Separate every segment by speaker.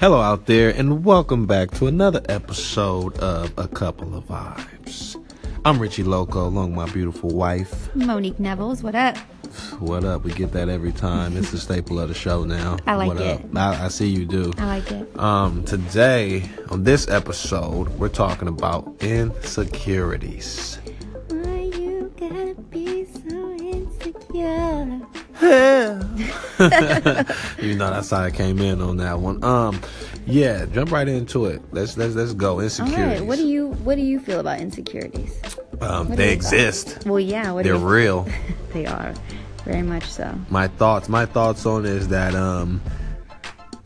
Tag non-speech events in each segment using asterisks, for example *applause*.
Speaker 1: Hello, out there, and welcome back to another episode of A Couple of Vibes. I'm Richie Loco, along with my beautiful wife.
Speaker 2: Monique Neville's, what up?
Speaker 1: What up? We get that every time. It's the staple of the show now.
Speaker 2: I like
Speaker 1: what
Speaker 2: it.
Speaker 1: up? I, I see you do.
Speaker 2: I like it.
Speaker 1: Um, today on this episode, we're talking about insecurities. *laughs*
Speaker 2: Why you gotta be so insecure?
Speaker 1: You know that's how I came in on that one. Um, yeah, jump right into it. Let's let's let's go.
Speaker 2: All
Speaker 1: Insecurities.
Speaker 2: right, what do you what do you feel about insecurities?
Speaker 1: um,
Speaker 2: what do
Speaker 1: they
Speaker 2: you-
Speaker 1: exist.
Speaker 2: Well, yeah, what
Speaker 1: They're
Speaker 2: do you,
Speaker 1: real.
Speaker 2: they are very much so.
Speaker 1: my thoughts my thoughts on is that um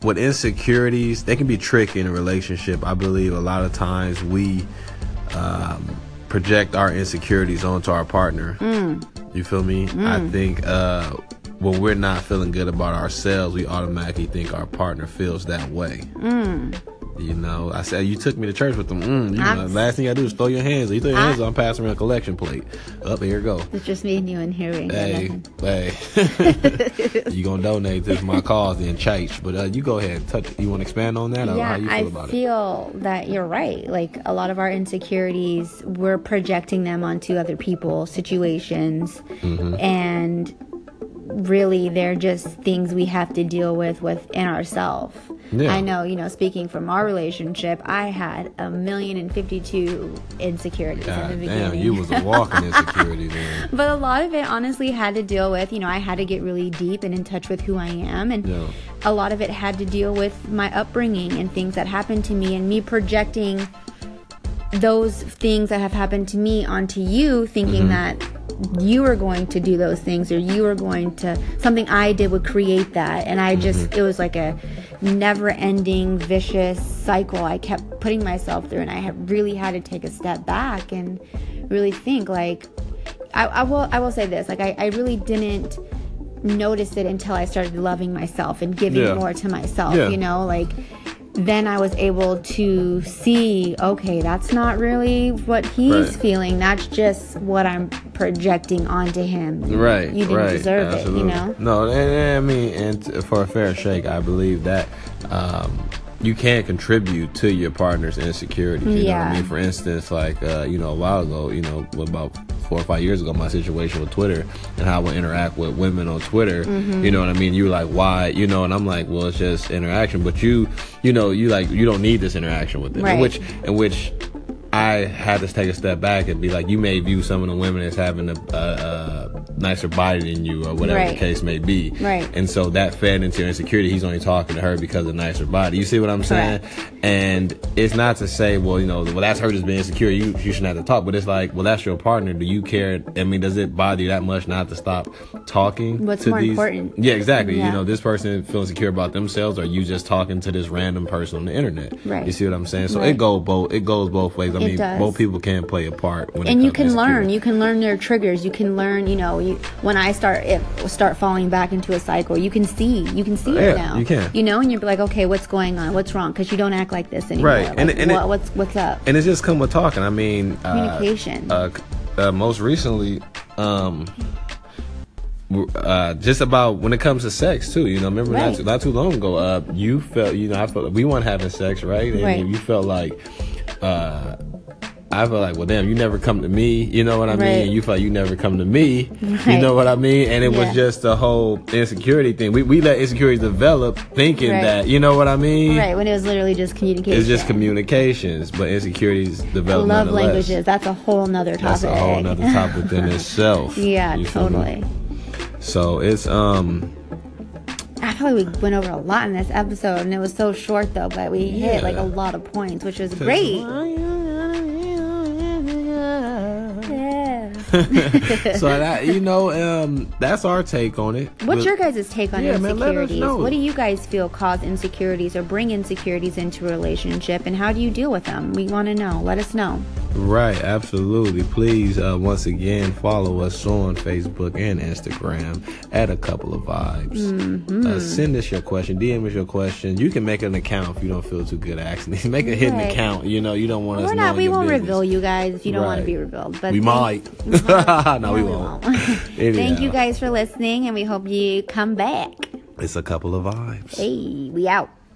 Speaker 1: with insecurities they can be tricky in a relationship i believe a lot of times we um, project our insecurities onto our partner you feel me i think uh when we're not feeling good about ourselves we automatically think our partner feels that way You know, I said you took me to church with them. Mm, you know,
Speaker 2: I'm-
Speaker 1: last thing I do is throw your hands. You throw your hands,
Speaker 2: I-
Speaker 1: I'm passing around a collection plate. Up here, you go.
Speaker 2: It's just me and you in here. We ain't got
Speaker 1: Hey,
Speaker 2: nothing.
Speaker 1: hey, *laughs* you gonna donate this to my cause in church? But uh, you go ahead. Touch. You want to expand on that? Or how
Speaker 2: Yeah,
Speaker 1: you feel
Speaker 2: I
Speaker 1: about it?
Speaker 2: feel that you're right. Like a lot of our insecurities, we're projecting them onto other people, situations,
Speaker 1: Mm-hmm.
Speaker 2: and really they're just things we have to deal with within ourselves.
Speaker 1: Yeah.
Speaker 2: I know, you know, speaking from our relationship, I had a million and fifty-two insecurities
Speaker 1: God
Speaker 2: in the beginning.
Speaker 1: damn, you was a walking insecurity then.
Speaker 2: But a lot of it honestly had to deal with, you know, I had to get really deep and in touch with who I am. And
Speaker 1: Yeah.
Speaker 2: a lot of it had to deal with my upbringing and things that happened to me and me projecting those things that have happened to me onto you, thinking that you are going to do those things or you are going to something I did would create that. And I just, it was like a never ending vicious cycle I kept putting myself through. And I had really had to take a step back and really think like, I, I will I will say this like I, I really didn't notice it until I started loving myself and giving
Speaker 1: Yeah.
Speaker 2: more to myself
Speaker 1: Yeah.
Speaker 2: you know like then I was able to see okay that's not really what he's
Speaker 1: Right.
Speaker 2: feeling that's just what I'm projecting onto him
Speaker 1: Right,
Speaker 2: *laughs* you didn't
Speaker 1: right,
Speaker 2: deserve it you know
Speaker 1: absolutely. No, and, and, I mean, and t- for a fair shake, I believe that um, you can contribute to your partner's insecurities. You know what I
Speaker 2: Yeah.
Speaker 1: mean? For instance, like uh, you know, a while ago, you know, about four or five years ago, my situation with Twitter and how I would interact with women on Twitter.
Speaker 2: Mm-hmm.
Speaker 1: You know what I mean? You were like, why? You know, and I'm like, well, it's just interaction. But you, you know, you like you don't need this interaction with them.
Speaker 2: Right.
Speaker 1: Which in which I had to take a step back and be like, you may view some of the women as having a, a, a nicer body than you, or whatever the
Speaker 2: Right.
Speaker 1: case may be.
Speaker 2: Right.
Speaker 1: And so that fed into your insecurity. He's only talking to her because of nicer body. You see what I'm
Speaker 2: Correct.
Speaker 1: saying? And it's not to say, well, you know, well that's her just being insecure. You you shouldn't have to talk. But it's like, well, that's your partner. Do you care? I mean, does it bother you that much not to stop talking?
Speaker 2: What's
Speaker 1: to
Speaker 2: more
Speaker 1: these?
Speaker 2: important?
Speaker 1: Yeah, exactly. You
Speaker 2: Yeah.
Speaker 1: know, this person feels secure about themselves, or you just talking to this random person on the internet.
Speaker 2: Right.
Speaker 1: You see what I'm saying? So it
Speaker 2: Right.
Speaker 1: go both. It goes both ways. I
Speaker 2: It
Speaker 1: mean,
Speaker 2: does.
Speaker 1: both people can play a part. When it
Speaker 2: and you
Speaker 1: comes
Speaker 2: can
Speaker 1: to
Speaker 2: learn
Speaker 1: insecurity.
Speaker 2: you can learn their triggers you can learn you know you, when i start if start falling back into a cycle you can see you can see
Speaker 1: Yeah,
Speaker 2: it now
Speaker 1: you can.
Speaker 2: you know and you're like okay what's going on what's wrong because you don't act like this anymore
Speaker 1: Right,
Speaker 2: Like,
Speaker 1: and- and it-
Speaker 2: what, what's what's up
Speaker 1: And it's just come with talking. I mean, uh,
Speaker 2: Communication.
Speaker 1: Uh, c- uh, most recently, um, w- uh, just about when it comes to sex too. You know, remember not,
Speaker 2: Right.
Speaker 1: too, not too long ago, uh, you felt you know I felt we weren't having sex, right? And
Speaker 2: Right.
Speaker 1: You felt like. Uh, I felt like, well, damn, you never come to me. You know what I mean?
Speaker 2: Right.
Speaker 1: And you felt you never come to me. You
Speaker 2: Right.
Speaker 1: know what I mean? And it was
Speaker 2: Yeah.
Speaker 1: just the whole insecurity thing. We, we let insecurities develop thinking
Speaker 2: Right.
Speaker 1: that, you know what I mean?
Speaker 2: right when it was literally just communication
Speaker 1: It's just communications, but insecurities develop.
Speaker 2: love
Speaker 1: nonetheless.
Speaker 2: languages that's a whole nother topic
Speaker 1: That's a whole nother topic in itself.
Speaker 2: *laughs* yeah
Speaker 1: You feel me?
Speaker 2: totally
Speaker 1: So it's um
Speaker 2: I feel like we went over a lot in this episode, and it was so short though, but we hit like
Speaker 1: Yeah.
Speaker 2: a lot of points, which was great. Yeah.
Speaker 1: *laughs* so that you know um that's our take on it. But-
Speaker 2: What's your guys' take on
Speaker 1: Yeah, man,
Speaker 2: insecurities?
Speaker 1: let us know.
Speaker 2: What do you guys feel cause insecurities or bring insecurities into a relationship, and how do you deal with them? We want to know. Let us know.
Speaker 1: Right, absolutely. Please, uh, once again, follow us on Facebook and Instagram at A Couple of Vibes.
Speaker 2: Mm-hmm.
Speaker 1: Uh, send us your question, DM us your question. You can make an account if you don't feel too good asking. *laughs* make a hidden
Speaker 2: Right.
Speaker 1: account. You know, you don't want us.
Speaker 2: We're not.
Speaker 1: knowing
Speaker 2: We
Speaker 1: your
Speaker 2: won't
Speaker 1: business.
Speaker 2: reveal you guys if you don't want
Speaker 1: Right.
Speaker 2: to be revealed. But
Speaker 1: We
Speaker 2: thank-
Speaker 1: might. *laughs*
Speaker 2: We won't.
Speaker 1: no, we
Speaker 2: we
Speaker 1: won't. *laughs*
Speaker 2: won't. *laughs* thank
Speaker 1: Anyhow,
Speaker 2: you guys for listening, and we hope you come back.
Speaker 1: It's a couple of vibes.
Speaker 2: Hey, we out.